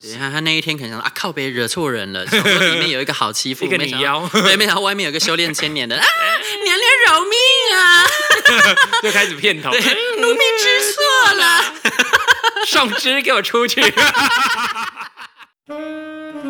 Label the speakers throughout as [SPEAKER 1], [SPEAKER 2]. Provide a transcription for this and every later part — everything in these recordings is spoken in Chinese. [SPEAKER 1] 对他他那一天可能想说啊靠别惹错人了，想说里面有一个好欺负，
[SPEAKER 2] 一个
[SPEAKER 1] 没
[SPEAKER 2] 你
[SPEAKER 1] 想到
[SPEAKER 2] 妖
[SPEAKER 1] 对，没想到外面有个修炼千年的 啊，娘娘饶命啊，
[SPEAKER 2] 又开始片头，
[SPEAKER 1] 奴婢知错了。
[SPEAKER 2] 上肢给我 出去！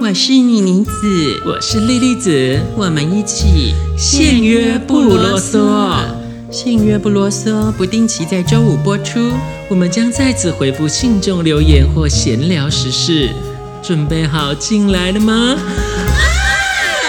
[SPEAKER 3] 我是妮妮子，
[SPEAKER 2] 我是莉莉子，
[SPEAKER 3] 我们一起
[SPEAKER 2] 限约不啰嗦，
[SPEAKER 3] 限约不啰嗦，不定期在周五播出。
[SPEAKER 2] 我们将在此回复信众留言或闲聊时事。准备好进来了吗？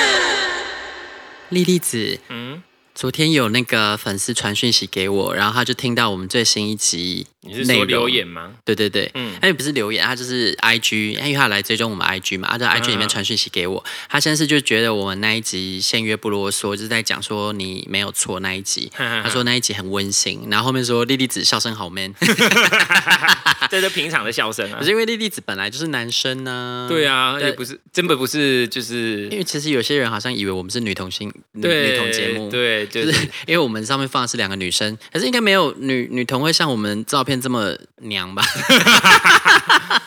[SPEAKER 1] 莉莉子，
[SPEAKER 2] 嗯，
[SPEAKER 1] 昨天有那个粉丝传讯息给我，然后他就听到我们最新一集
[SPEAKER 2] 嗯你是
[SPEAKER 1] 内
[SPEAKER 2] 说
[SPEAKER 1] 容
[SPEAKER 2] 留 言吗？
[SPEAKER 1] 对对对，
[SPEAKER 2] 嗯
[SPEAKER 1] 嗯，他也不是留言，他就是 I G，因为他来追踪我们 I G 嘛，他在
[SPEAKER 2] 嗯
[SPEAKER 1] I G 里面传讯息给我，他先是就觉得我们那一集限约不啰嗦，就是在讲说你没有错那一 集，他说那一集很温馨，然后后面说莉莉子笑声好 man，
[SPEAKER 2] 这是平常的笑声啊
[SPEAKER 1] 可。是因为莉莉子本来就是男生呢、
[SPEAKER 2] 对。啊，
[SPEAKER 1] 对
[SPEAKER 2] 也不是，根本不是，就是
[SPEAKER 1] 因为其实有些人好像以为我们是女同性女
[SPEAKER 2] 对
[SPEAKER 1] 女同节目，
[SPEAKER 2] 对，就
[SPEAKER 1] 就是是因为我们上面放的是两个女生，可是应该没有女女同会像我们照片这么娘吧？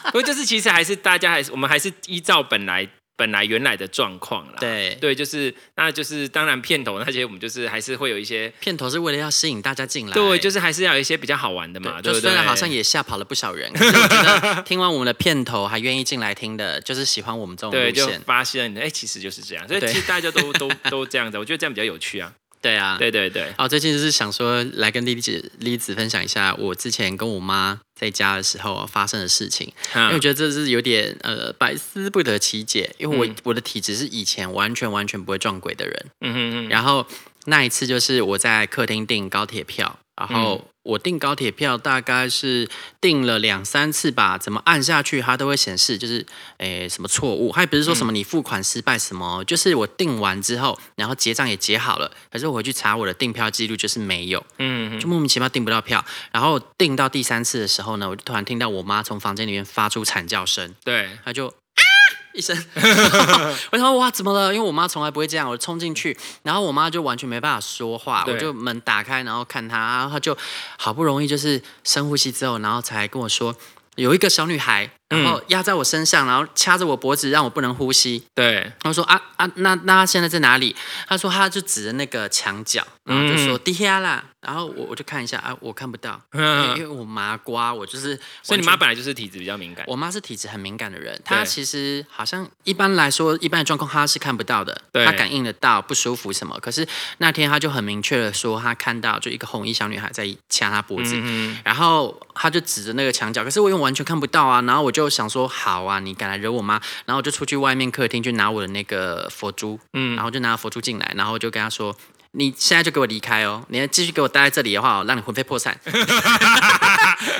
[SPEAKER 2] 不过就是其实还是大家还是我们还是依照本来本来原来的状况啦。
[SPEAKER 1] 对，
[SPEAKER 2] 对，就是那就是当然片头那些我们就是还是会有一些。
[SPEAKER 1] 片头是为了要吸引大家进来，
[SPEAKER 2] 对，就是是还是要有一些比较好玩的嘛，对
[SPEAKER 1] 就
[SPEAKER 2] 不
[SPEAKER 1] 虽
[SPEAKER 2] 对？
[SPEAKER 1] 然好像也吓跑了不少人，可是我觉 得听完我们的片头还愿意进来听的，就是喜欢我们这种
[SPEAKER 2] 对，
[SPEAKER 1] 路
[SPEAKER 2] 就
[SPEAKER 1] 线。
[SPEAKER 2] 发现哎、其实就是这样，所以
[SPEAKER 1] 对
[SPEAKER 2] 其实大家都都都这样子，我觉得这样比较有趣啊。
[SPEAKER 1] 对啊，
[SPEAKER 2] 对对对，
[SPEAKER 1] 哦，最近就是想说来跟莉莉姐、莉莉子分享一下我之前跟我妈在家的时候发生的事情， 因为我
[SPEAKER 2] 嗯
[SPEAKER 1] 觉得这是有点呃百思不得其解，因为我、
[SPEAKER 2] 嗯
[SPEAKER 1] 我的体质是以前完全完全不会撞鬼的人。
[SPEAKER 2] 嗯哼哼，
[SPEAKER 1] 然后那一次就是我在客厅订高铁票，然后我订高铁票大概是订了两三次吧，怎么按下去它都会显示就是诶什么错误，它也不是说什么你付款失败什么，就是我订完之后，然后结账也结好了，可是我回去查我的订票记录就是没有，
[SPEAKER 2] 嗯哼
[SPEAKER 1] 就莫名其妙订不到票。然后订到第三次的时候呢，我就突然听到我妈从房间里面发出惨叫声。
[SPEAKER 2] 对，
[SPEAKER 1] 他就啊一声， 我想说哇怎么了？因为我妈从来不会这样，我冲进去，然后我妈就完全没办法说话，
[SPEAKER 2] 对
[SPEAKER 1] 我就门打开，然后看她，然后她就好不容易就是深呼吸之后，然后才跟我说有一个小女孩，
[SPEAKER 2] 嗯
[SPEAKER 1] 然后压在我身上，然后掐着我脖子让我不能呼吸。
[SPEAKER 2] 对，
[SPEAKER 1] 然后说啊啊，那那她现在在哪里？她说她就指着那个墙角，然后就
[SPEAKER 2] 嗯
[SPEAKER 1] 说地下啦。然后我我就看一下啊，我看不到，因为因
[SPEAKER 2] 嗯，
[SPEAKER 1] 为我麻瓜，我就是
[SPEAKER 2] 所
[SPEAKER 1] 完全
[SPEAKER 2] 以你妈本来就是体质比较敏感，
[SPEAKER 1] 我妈是体质很敏感的人，她
[SPEAKER 2] 对
[SPEAKER 1] 其实好像一般来说，一般的状况她是看不到的，
[SPEAKER 2] 对
[SPEAKER 1] 她感应得到不舒服什么。可是那天她就很明确的说，她看到就一个红衣小女孩在掐她脖子，
[SPEAKER 2] 嗯
[SPEAKER 1] 然后她就指着那个墙角，可是我又完全看不到啊。然后我就想说，好啊，你敢来惹我妈？然后我就出去外面客厅去拿我的那个佛珠，
[SPEAKER 2] 嗯
[SPEAKER 1] 然后就拿佛珠进来，然后我就跟她说。你现在就给我离开哦！你要继续给我待在这里的话，我让你魂飞魄 散。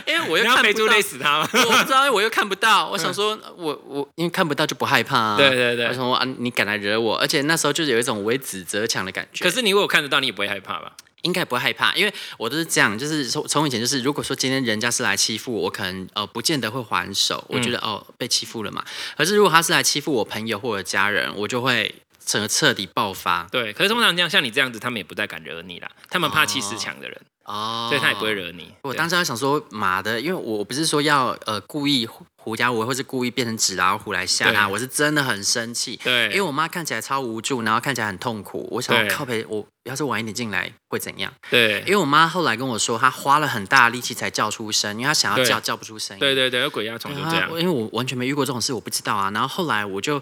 [SPEAKER 1] 因为我
[SPEAKER 2] 哼，
[SPEAKER 1] 又
[SPEAKER 2] 你要
[SPEAKER 1] 看
[SPEAKER 2] 肥
[SPEAKER 1] 不
[SPEAKER 2] 猪
[SPEAKER 1] 到
[SPEAKER 2] 累死他吗？
[SPEAKER 1] 我不知道，我又看不到。我想说，我我因为看不到就不害怕啊。
[SPEAKER 2] 嗯对对对
[SPEAKER 1] 我想说啊，你敢来惹我，而且那时候就是有一种为子则强的感觉。
[SPEAKER 2] 可是你如果看得到，你也不会害怕吧？
[SPEAKER 1] 应该不会害怕，因为我都是这样，就是从从以前就是，如果说今天人家是来欺负我，我可能呃不见得会还手，
[SPEAKER 2] 嗯
[SPEAKER 1] 我觉得、哦被欺负了嘛。可是如果他是来欺负我朋友或者家人，我就会整个彻底爆发
[SPEAKER 2] 对，可是通常这样像你这样子，他们也不太敢惹你啦，他们怕气势强的人，
[SPEAKER 1] 哦，
[SPEAKER 2] 所以他也不会惹你。
[SPEAKER 1] 我
[SPEAKER 2] 对
[SPEAKER 1] 当时还想说，妈的，因为我不是说要呃故意狐狐假我，或是故意变成纸老虎来吓他，
[SPEAKER 2] 对
[SPEAKER 1] 我是真的很生气。
[SPEAKER 2] 对
[SPEAKER 1] 因为我妈看起来超无助，然后看起来很痛苦。我想
[SPEAKER 2] 对
[SPEAKER 1] 靠北，我要是晚一点进来会怎样？
[SPEAKER 2] 对
[SPEAKER 1] 因为我妈后来跟我说，她花了很大力气才叫出声，因为她想要
[SPEAKER 2] 对
[SPEAKER 1] 叫叫不出声音。
[SPEAKER 2] 对对对，有鬼压床就这样
[SPEAKER 1] 她。因为啊我完全没遇过这种事，我不知道啊。然后后来我就。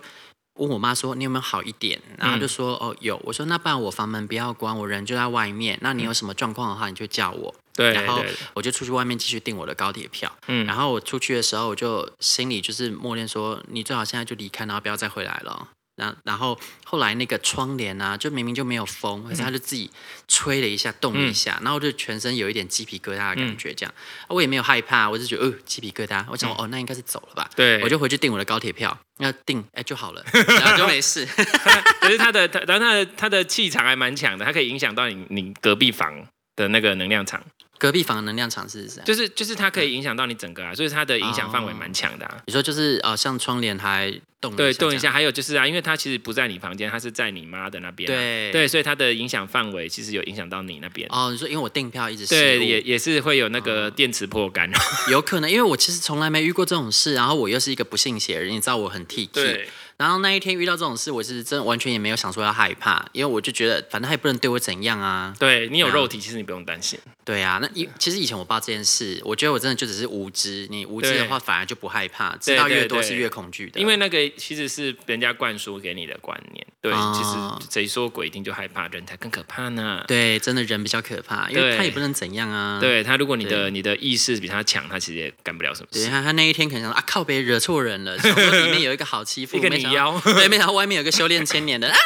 [SPEAKER 1] 问我妈说你有没有好一点，然
[SPEAKER 2] 嗯
[SPEAKER 1] 后她就说、哦有，我说那不然我房门不要关，我人就在外面，那
[SPEAKER 2] 嗯
[SPEAKER 1] 你有什么状况的话你就叫我，
[SPEAKER 2] 对，
[SPEAKER 1] 然后
[SPEAKER 2] 对对
[SPEAKER 1] 我就出去外面继续订我的高铁票。
[SPEAKER 2] 嗯
[SPEAKER 1] 然后我出去的时候，我就心里就是默念说：“你最好现在就离开，然后不要再回来了。”然然后后来那个窗帘啊，就明明就没有风，可是它就自己吹了一下，动了
[SPEAKER 2] 嗯
[SPEAKER 1] 一下，然后就全身有一点鸡皮疙瘩的感觉，这样、啊我也没有害怕，我就觉得呃鸡皮疙瘩，我想、哦那应该是走了吧，
[SPEAKER 2] 嗯对
[SPEAKER 1] 我就回去订我的高铁票，那订哎就好了，然后就没事，
[SPEAKER 2] 可是他的他，然后他的他的气场还蛮强的，他可以影响到你你隔壁房的那个能量场。
[SPEAKER 1] 隔壁房的能量场是这样。
[SPEAKER 2] 就是就是它可以影响到你整个啊，所以它的影响范围蛮强的、啊。
[SPEAKER 1] 你说就是呃，像窗帘还动
[SPEAKER 2] 对，动一
[SPEAKER 1] 一下
[SPEAKER 2] 下，还有就是啊，因为它其实不在你房间，它是在你妈的那边
[SPEAKER 1] 这
[SPEAKER 2] 啊、
[SPEAKER 1] 样，对
[SPEAKER 2] 对，所以它的影响范围其实有影响到你那边。
[SPEAKER 1] 哦，嗯你说因为我订票一直失误
[SPEAKER 2] 对，也也是会有那个电磁破 干。
[SPEAKER 1] 有可能，因为我其实从来没遇过这种事，然后我又是一个不信邪人，你知道我很 T K，，然后那一天遇到这种事，我是真的完全也没有想说要害怕，因为我就觉得反正他也不能对我怎样啊，
[SPEAKER 2] 对你有肉体，其实你不用担心。
[SPEAKER 1] 对啊，那以其实以前我爸这件事，我觉得我真的就只是无知，你无知的话反而就不害怕，知道越多是越恐惧的，
[SPEAKER 2] 因为那个其实是人家灌输给你的观念，对，
[SPEAKER 1] 哦
[SPEAKER 2] 其实谁说鬼一定就害怕，人才更可怕呢。
[SPEAKER 1] 对啊真的人比较可怕，因为
[SPEAKER 2] 对
[SPEAKER 1] 他也不能怎样啊，
[SPEAKER 2] 对他，如果你的你的意识比他强，他其实也干不了什么
[SPEAKER 1] 对
[SPEAKER 2] 事。
[SPEAKER 1] 他，他那一天可能想说啊，靠北惹错人 了，想说里面有一个好欺负，
[SPEAKER 2] 一个
[SPEAKER 1] 没
[SPEAKER 2] 你
[SPEAKER 1] 想
[SPEAKER 2] 妖
[SPEAKER 1] 到 对，没想到外面有个修炼千年的 啊，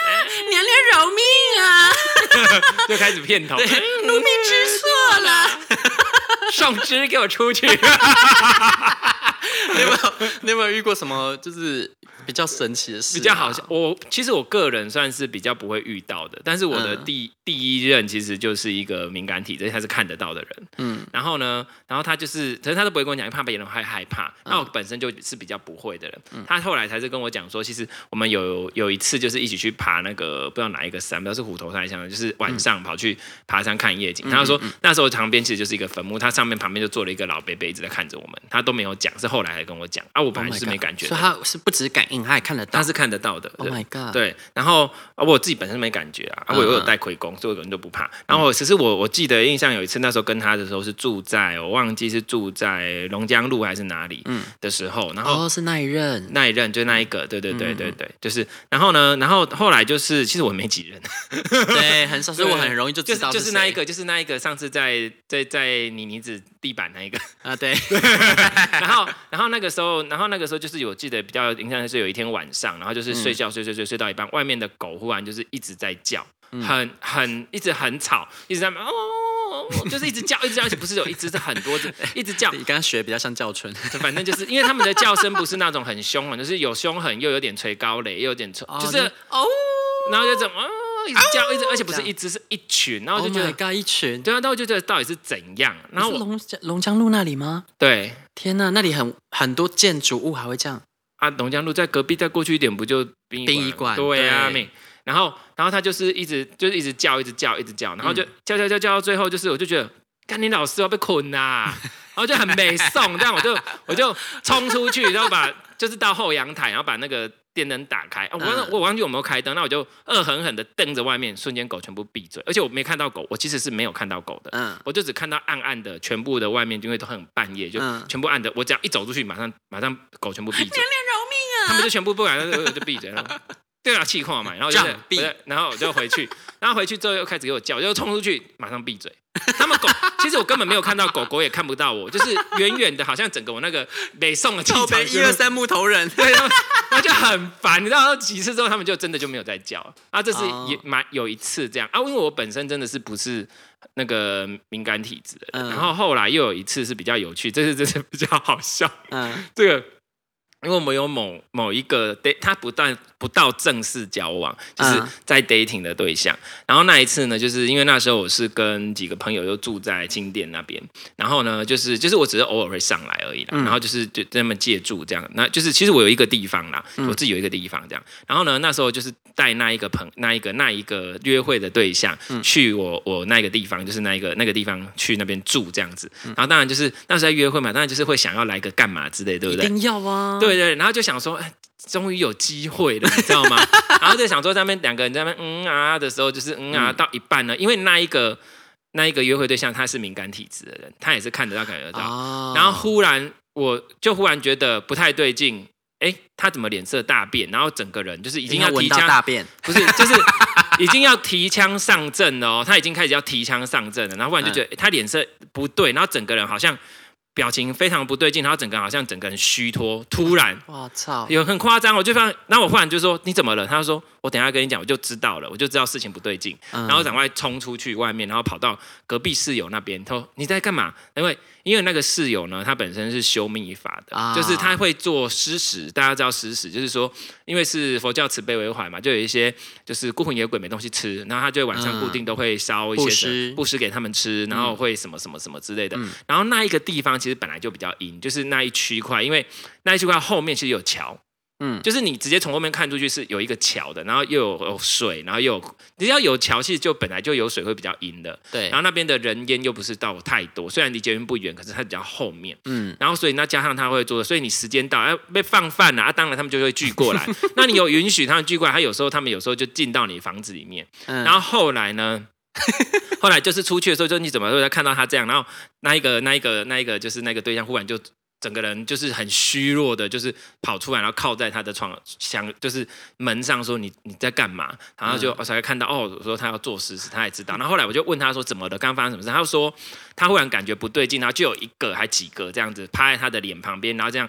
[SPEAKER 1] 娘娘饶命啊，
[SPEAKER 2] 就开始骗头，
[SPEAKER 1] 奴婢知错了。
[SPEAKER 2] 上肢给我出去！
[SPEAKER 1] 你有没有你有没有遇过什么就是比较神奇的事、啊 Oh
[SPEAKER 2] 比较好笑。，我其实我个人算是比较不会遇到的，但是我的
[SPEAKER 1] 嗯
[SPEAKER 2] 第、第一任其实就是一个敏感体质，他是看得到的人。
[SPEAKER 1] 嗯，
[SPEAKER 2] 然后呢，然后他就是，可是他都不会跟我讲，因为怕别人会害怕。那我
[SPEAKER 1] 嗯
[SPEAKER 2] 本身就是比较不会的人，他后来才是跟我讲说，其实我们有有一次就是一起去爬那个不知道哪一个山，不知道是虎头山还是什么，就是晚
[SPEAKER 1] 嗯
[SPEAKER 2] 上跑去爬山看夜景。他说那时候旁边其实就是一个坟墓，他上面旁边就坐了一个老伯伯一直在看着我们，他都没有讲，是后来才跟我讲。啊，我本
[SPEAKER 1] Oh
[SPEAKER 2] 来
[SPEAKER 1] my
[SPEAKER 2] 就是没
[SPEAKER 1] God
[SPEAKER 2] 感觉
[SPEAKER 1] 所
[SPEAKER 2] 的
[SPEAKER 1] 以他是不止感应，他也看得到
[SPEAKER 2] 他。是看得到的。
[SPEAKER 1] Oh
[SPEAKER 2] 对
[SPEAKER 1] my god！，
[SPEAKER 2] 对，然后啊，我自己本身没感觉啊，啊我有
[SPEAKER 1] 嗯嗯
[SPEAKER 2] 我有带盔弓，所以我根本就不怕。然后我其实我我记得印象有一次，那时候跟他的时候是住在我忘记是住在龙江路还是哪里的时候，然后
[SPEAKER 1] 嗯哦，嗯是那一 任，
[SPEAKER 2] 那一任就那一个，对对对对对，就是然后呢，然后后来就是其实我没几任，
[SPEAKER 1] 对，很少，所以我很容易就
[SPEAKER 2] 就
[SPEAKER 1] 知
[SPEAKER 2] 是
[SPEAKER 1] 道
[SPEAKER 2] 就是
[SPEAKER 1] 谁
[SPEAKER 2] 那一个就是那一个上次在在在泥泥子地板那一个，
[SPEAKER 1] 啊， 对，
[SPEAKER 2] 然后，然后那个时候，然后那个时候就是有记得比较印象是有一天晚上，然后就是睡觉睡睡睡睡到一半，外面的狗忽然就是一直在叫，
[SPEAKER 1] 嗯
[SPEAKER 2] 很很一直很吵，一直在那边哦哦，哦哦就是一直叫，一直叫，而且不是有一只是很 多只，一直叫。
[SPEAKER 1] 你刚刚学比较像教春，
[SPEAKER 2] 反正就是因为他们的叫声不是那种很凶狠，就是有凶狠又有点吹高雷，又有点吹， 就是
[SPEAKER 1] 哦，
[SPEAKER 2] 然后就怎么、哦、一直叫，一直而且不是
[SPEAKER 1] 这样
[SPEAKER 2] 一只是一群，然后
[SPEAKER 1] Oh
[SPEAKER 2] 就觉得
[SPEAKER 1] my god！一群，
[SPEAKER 2] 对啊，但我就觉得到底是怎样，然后
[SPEAKER 1] 你是
[SPEAKER 2] 我
[SPEAKER 1] 龙江龙江路那里吗？
[SPEAKER 2] 对
[SPEAKER 1] 天呐，那里很很多建筑物还会这样，
[SPEAKER 2] 啊，龙江路在隔壁，再过去一点不就殡
[SPEAKER 1] 殡仪馆
[SPEAKER 2] 对啊，
[SPEAKER 1] 对
[SPEAKER 2] 妹。然后，然后他就是一直就是一直叫，一直叫，一直叫，然后就、叫叫叫叫到最后，就是我就觉得，干你老师我要被捆啦、然后就很没送，这样我就我就冲出去，然后把就是到后阳台，然后把那个电灯打开，啊、我忘
[SPEAKER 1] 嗯
[SPEAKER 2] 我忘记有没有开灯，那我就恶狠狠的瞪着外面，瞬间狗全部闭嘴，而且我没看到狗，我其实是没有看到狗的，
[SPEAKER 1] 嗯，
[SPEAKER 2] 我就只看到暗暗的，全部的外面因为都很半夜，就
[SPEAKER 1] 嗯
[SPEAKER 2] 全部暗的。我只要一走出去，马上马上狗全部 闭嘴，娘娘饶命啊！他们就全部不敢，就就闭嘴了。对啊，气矿嘛，然后我就
[SPEAKER 1] 这样闭
[SPEAKER 2] 我就然后我就回 去，然后回去之后又开始给我叫，我就冲出去，马上闭嘴。他们狗，其实我根本没有看到狗狗，也看不到我，就是远远的，好像整个我那个北宋的气场
[SPEAKER 1] 靠
[SPEAKER 2] 全
[SPEAKER 1] 北
[SPEAKER 2] 部，
[SPEAKER 1] 一二三木头人，
[SPEAKER 2] 对，然后然后就很烦，你知道几次之后，他们就真的就没有再叫了啊。这是
[SPEAKER 1] 哦
[SPEAKER 2] 也蛮有一次这样啊，因为我本身真的是不是那个敏感体质的人，
[SPEAKER 1] 嗯
[SPEAKER 2] 然后后来又有一次是比较有趣，这是这是比较好笑，
[SPEAKER 1] 嗯，
[SPEAKER 2] 这个。因为我们有某某一个 d a 他不但不到正式交往，就是
[SPEAKER 1] 嗯
[SPEAKER 2] 在 dating 的对象。然后那一次呢，就是因为那时候我是跟几个朋友又住在金店那边，然后呢，就是就是我只是偶尔会上来而已啦，然后就是就这么借住这样，那就是其实我有一个地方啦，我自己有一个地方这样，然后呢，那时候就是带那一个朋那一个那一个约会的对象、去我我那个地方，就是那一个那个地方去那边住这样子，然后当然就是那时候在约会嘛，当然就是会想要来个干嘛之类，对不
[SPEAKER 1] 一
[SPEAKER 2] 对？
[SPEAKER 1] 定要啊，
[SPEAKER 2] 对对，然后就想说，哎终于有机会了，你知道吗？ 然后就想说，在那边两个人在那边嗯啊的时候，就是嗯啊到一半呢，因为那一个那一个约会对象他是敏感体质的人，他也是看得到感觉得到，
[SPEAKER 1] 哦，
[SPEAKER 2] 然后忽然我就忽然觉得不太对劲，哎，他怎么脸色大变？然后整个人就是已
[SPEAKER 1] 已
[SPEAKER 2] 经要
[SPEAKER 1] 哎闻
[SPEAKER 2] 提
[SPEAKER 1] 到
[SPEAKER 2] 枪，
[SPEAKER 1] 大便，
[SPEAKER 2] 不是，就是已经要提枪上
[SPEAKER 1] 嗯
[SPEAKER 2] 哎阵了哦，他已经开始要提枪上阵了，然后忽然就觉得、诶他脸色不对，然后整个人好像表情非常不对劲，然后整个人好像整个人虚脱，突然
[SPEAKER 1] 我操，
[SPEAKER 2] 有很夸张，我就放，然后我忽然就说你怎么了？他说我等一下跟你讲，我就知道了，我就知道事情不对劲，
[SPEAKER 1] 嗯
[SPEAKER 2] 然后赶快冲出去外面，然后跑到隔壁室友那边，他说你在干嘛？因为因为那个室友呢，他本身是修密法的，
[SPEAKER 1] 啊
[SPEAKER 2] 就是他会做施食，大家知道施食就是说，因为是佛教慈悲为怀嘛，就有一些就是孤魂野鬼没东西吃，然后他就晚上
[SPEAKER 1] 嗯
[SPEAKER 2] 固定都会烧一
[SPEAKER 1] 布
[SPEAKER 2] 些
[SPEAKER 1] 施
[SPEAKER 2] 神布施给他们吃，然后会什么什么什么之类的。
[SPEAKER 1] 嗯
[SPEAKER 2] 然后那一个地方其实本来就比较阴，就是那一区块，因为那一区块后面其实有桥，
[SPEAKER 1] 嗯，
[SPEAKER 2] 就是你直接从后面看出去是有一个桥的，然后又有有水，然后又有只要有桥，其实就本来就有水会比较阴的。
[SPEAKER 1] 对
[SPEAKER 2] 然，后那边的人烟又不是到太多，虽然离捷运不远，可是它比较后面。
[SPEAKER 1] 嗯，
[SPEAKER 2] 然后所以那加上他会做的，所以你时间到，哎、被放饭了、啊，当然他们就会聚过来。那你有允许他们聚过来，他有时候他们有时候就进到你房子里面。
[SPEAKER 1] 嗯
[SPEAKER 2] 然后后来呢？后来就是出去的时候，就你怎么会看到他这样？然后那一个、那一个、那一个，就是那个对象，忽然就整个人就是很虚弱的，就是跑出来，然后靠在他的床想，就是门上说你你在干嘛？然后就我才看到哦，我说他要做实事，他也知道。然后后来我就问他说怎么了，刚刚发生什么事？他就说他忽然感觉不对劲，然后就有一个还几个这样子趴在他的脸旁边，然后这样。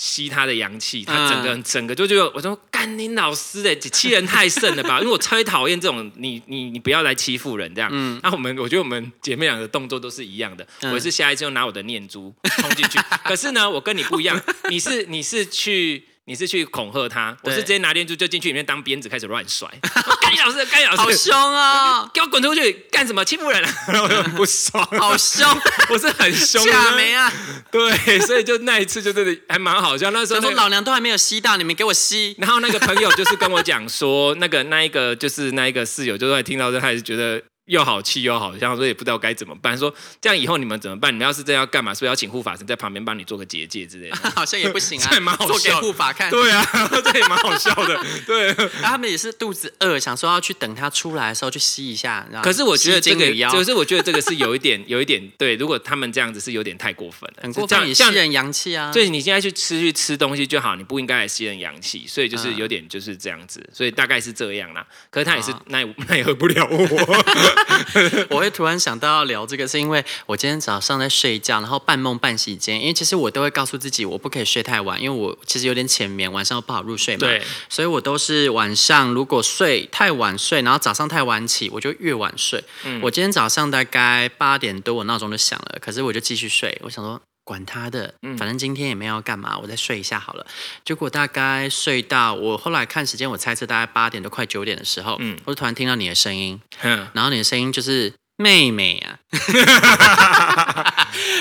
[SPEAKER 2] 吸他的阳气，他整个人整个就觉得，我说干你老师的欺人太甚了 吧？因为我超讨厌这种，你你你不要来欺负人这样。嗯，那我们我觉得我们姐妹俩的动作都是一样的，
[SPEAKER 1] 嗯
[SPEAKER 2] 我是下一次就拿我的念珠冲进 去，可是呢，我跟你不一样，你是你是去。你是去恐吓他，我
[SPEAKER 1] 对
[SPEAKER 2] 是直接拿念珠就进去里面当鞭子开始乱甩，干你老师，干你老
[SPEAKER 1] 好
[SPEAKER 2] 师，
[SPEAKER 1] 凶 哦，
[SPEAKER 2] 给我滚出去干什么欺负 人啊！然后我就很不爽，
[SPEAKER 1] 好凶，
[SPEAKER 2] 我是很凶的，
[SPEAKER 1] 吓没啊！
[SPEAKER 2] 对，所以就那一次就真的还蛮好笑，那时候
[SPEAKER 1] 想
[SPEAKER 2] 那
[SPEAKER 1] 说
[SPEAKER 2] 个
[SPEAKER 1] 老娘都还没有吸到，你们给我吸，
[SPEAKER 2] 然后那个朋友就是跟我讲说，那个那一个就是那一个室友，就是在听到这，他也觉得又好气又好笑，所以也不知道该怎么办。说这样以后你们怎么办？你们要是这样要干嘛？是不是要请护法神在旁边帮你做个结界之 类的？
[SPEAKER 1] 好像也不行啊，
[SPEAKER 2] 这也蛮好
[SPEAKER 1] 做给
[SPEAKER 2] 笑
[SPEAKER 1] 护法看。
[SPEAKER 2] 对啊，这也蛮好笑的。对，
[SPEAKER 1] 然后他们也是肚子饿，想说要去等他出来的时候去吸一下，你知道吗
[SPEAKER 2] 可是我觉得这
[SPEAKER 1] 吸金
[SPEAKER 2] 个
[SPEAKER 1] 鱼，腰
[SPEAKER 2] 可是我觉得这个是有一点，有一点对。如果他们这样子是有点太过分了，
[SPEAKER 1] 很过
[SPEAKER 2] 这
[SPEAKER 1] 分，
[SPEAKER 2] 样
[SPEAKER 1] 也吸
[SPEAKER 2] 这样
[SPEAKER 1] 人阳气啊。
[SPEAKER 2] 所以你现在去吃去吃东西就好，你不应该来吸人阳气，所以就是有点就是这样子，所以大概是这样啦。可是他也是
[SPEAKER 1] 啊
[SPEAKER 2] 奈奈何不了 我，
[SPEAKER 1] 我会突然想到要聊这个，是因为我今天早上在睡觉，然后半梦半醒间，因为其实我都会告诉自己我不可以睡太晚，因为我其实有点浅眠，晚上又不好入睡嘛。
[SPEAKER 2] 对，
[SPEAKER 1] 所以我都是晚上如果睡太晚睡，然后早上太晚起，我就越晚睡。
[SPEAKER 2] 嗯
[SPEAKER 1] 我今天早上大概八点多，我闹钟就响了，可是我就继续睡，我想说。管他的，
[SPEAKER 2] 嗯
[SPEAKER 1] 反正今天也没有要干嘛，我再睡一下好了。结果大概睡到我后来看时间，我猜测大概八点多快九点的时候，
[SPEAKER 2] 嗯
[SPEAKER 1] 我就突然听到你的声音，
[SPEAKER 2] 嗯
[SPEAKER 1] 然后你的声音就是妹妹 啊，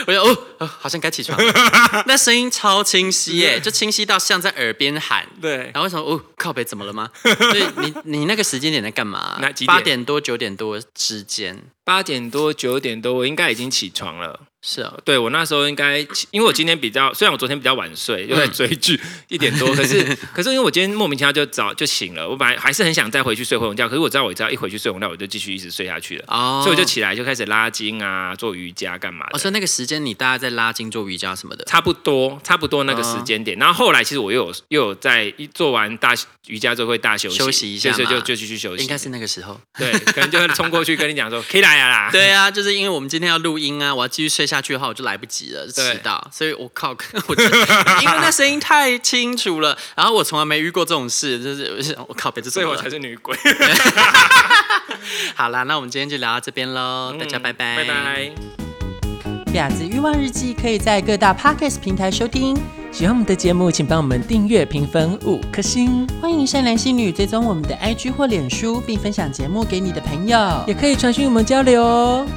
[SPEAKER 1] 我就哦哦，好像该起床了。 那声音超清晰耶，就清晰到像在耳边喊。
[SPEAKER 2] 对
[SPEAKER 1] 然后我想哦，靠北怎么了 吗？所以你你那个时间点在干嘛
[SPEAKER 2] 那？几点
[SPEAKER 1] 八点多九点多之间
[SPEAKER 2] 八点多九点多，我应该已经起床了。
[SPEAKER 1] 是哦，
[SPEAKER 2] 对我那时候应该起，因为我今天比较，虽然我昨天比较晚睡，又在追剧
[SPEAKER 1] 嗯
[SPEAKER 2] 一 点多，可是可是因为我今天莫名其妙就早就醒了，我本来还是很想再回去睡回笼觉，可是我知道我只要一回去睡回笼觉，我就继续一直睡下去了，
[SPEAKER 1] 哦，
[SPEAKER 2] 所以我就起来就开始拉筋啊，做瑜伽干嘛
[SPEAKER 1] 哦，
[SPEAKER 2] 的。
[SPEAKER 1] 所以那个时间你大概在拉筋做瑜伽什么的。
[SPEAKER 2] 差不多，差不多那个时间点。
[SPEAKER 1] 哦
[SPEAKER 2] 然后后来其实我又有又有在一做完大瑜伽之后会大休息，
[SPEAKER 1] 休息一下嘛
[SPEAKER 2] 对所以就就继续休息。
[SPEAKER 1] 应该是那个时候，
[SPEAKER 2] 对，可能就会冲过去跟你 讲说 “K 来呀啦”，
[SPEAKER 1] 对啊，就是因为我们今天要录音啊，我要继续睡下去的话，我就来不及了，
[SPEAKER 2] 对
[SPEAKER 1] 迟到，所以我靠， 我就因为那声音太清楚了，然后我从来没遇过这种事，就是 我想我靠，别这怎
[SPEAKER 2] 所以
[SPEAKER 1] 么
[SPEAKER 2] 我
[SPEAKER 1] 了
[SPEAKER 2] 才是女鬼。
[SPEAKER 1] 好啦，那我们今天就聊到这边喽，大家拜拜，
[SPEAKER 2] 嗯拜拜。
[SPEAKER 4] 婊子欲望日记可以在各大 podcast 平台收听，
[SPEAKER 5] 喜欢我们的节目，请帮我们订阅、评分五颗星，
[SPEAKER 4] 欢迎善良心女追踪我们的 IG 或脸书，并分享节目给你的朋友。
[SPEAKER 5] 也可以传讯我们交流哦。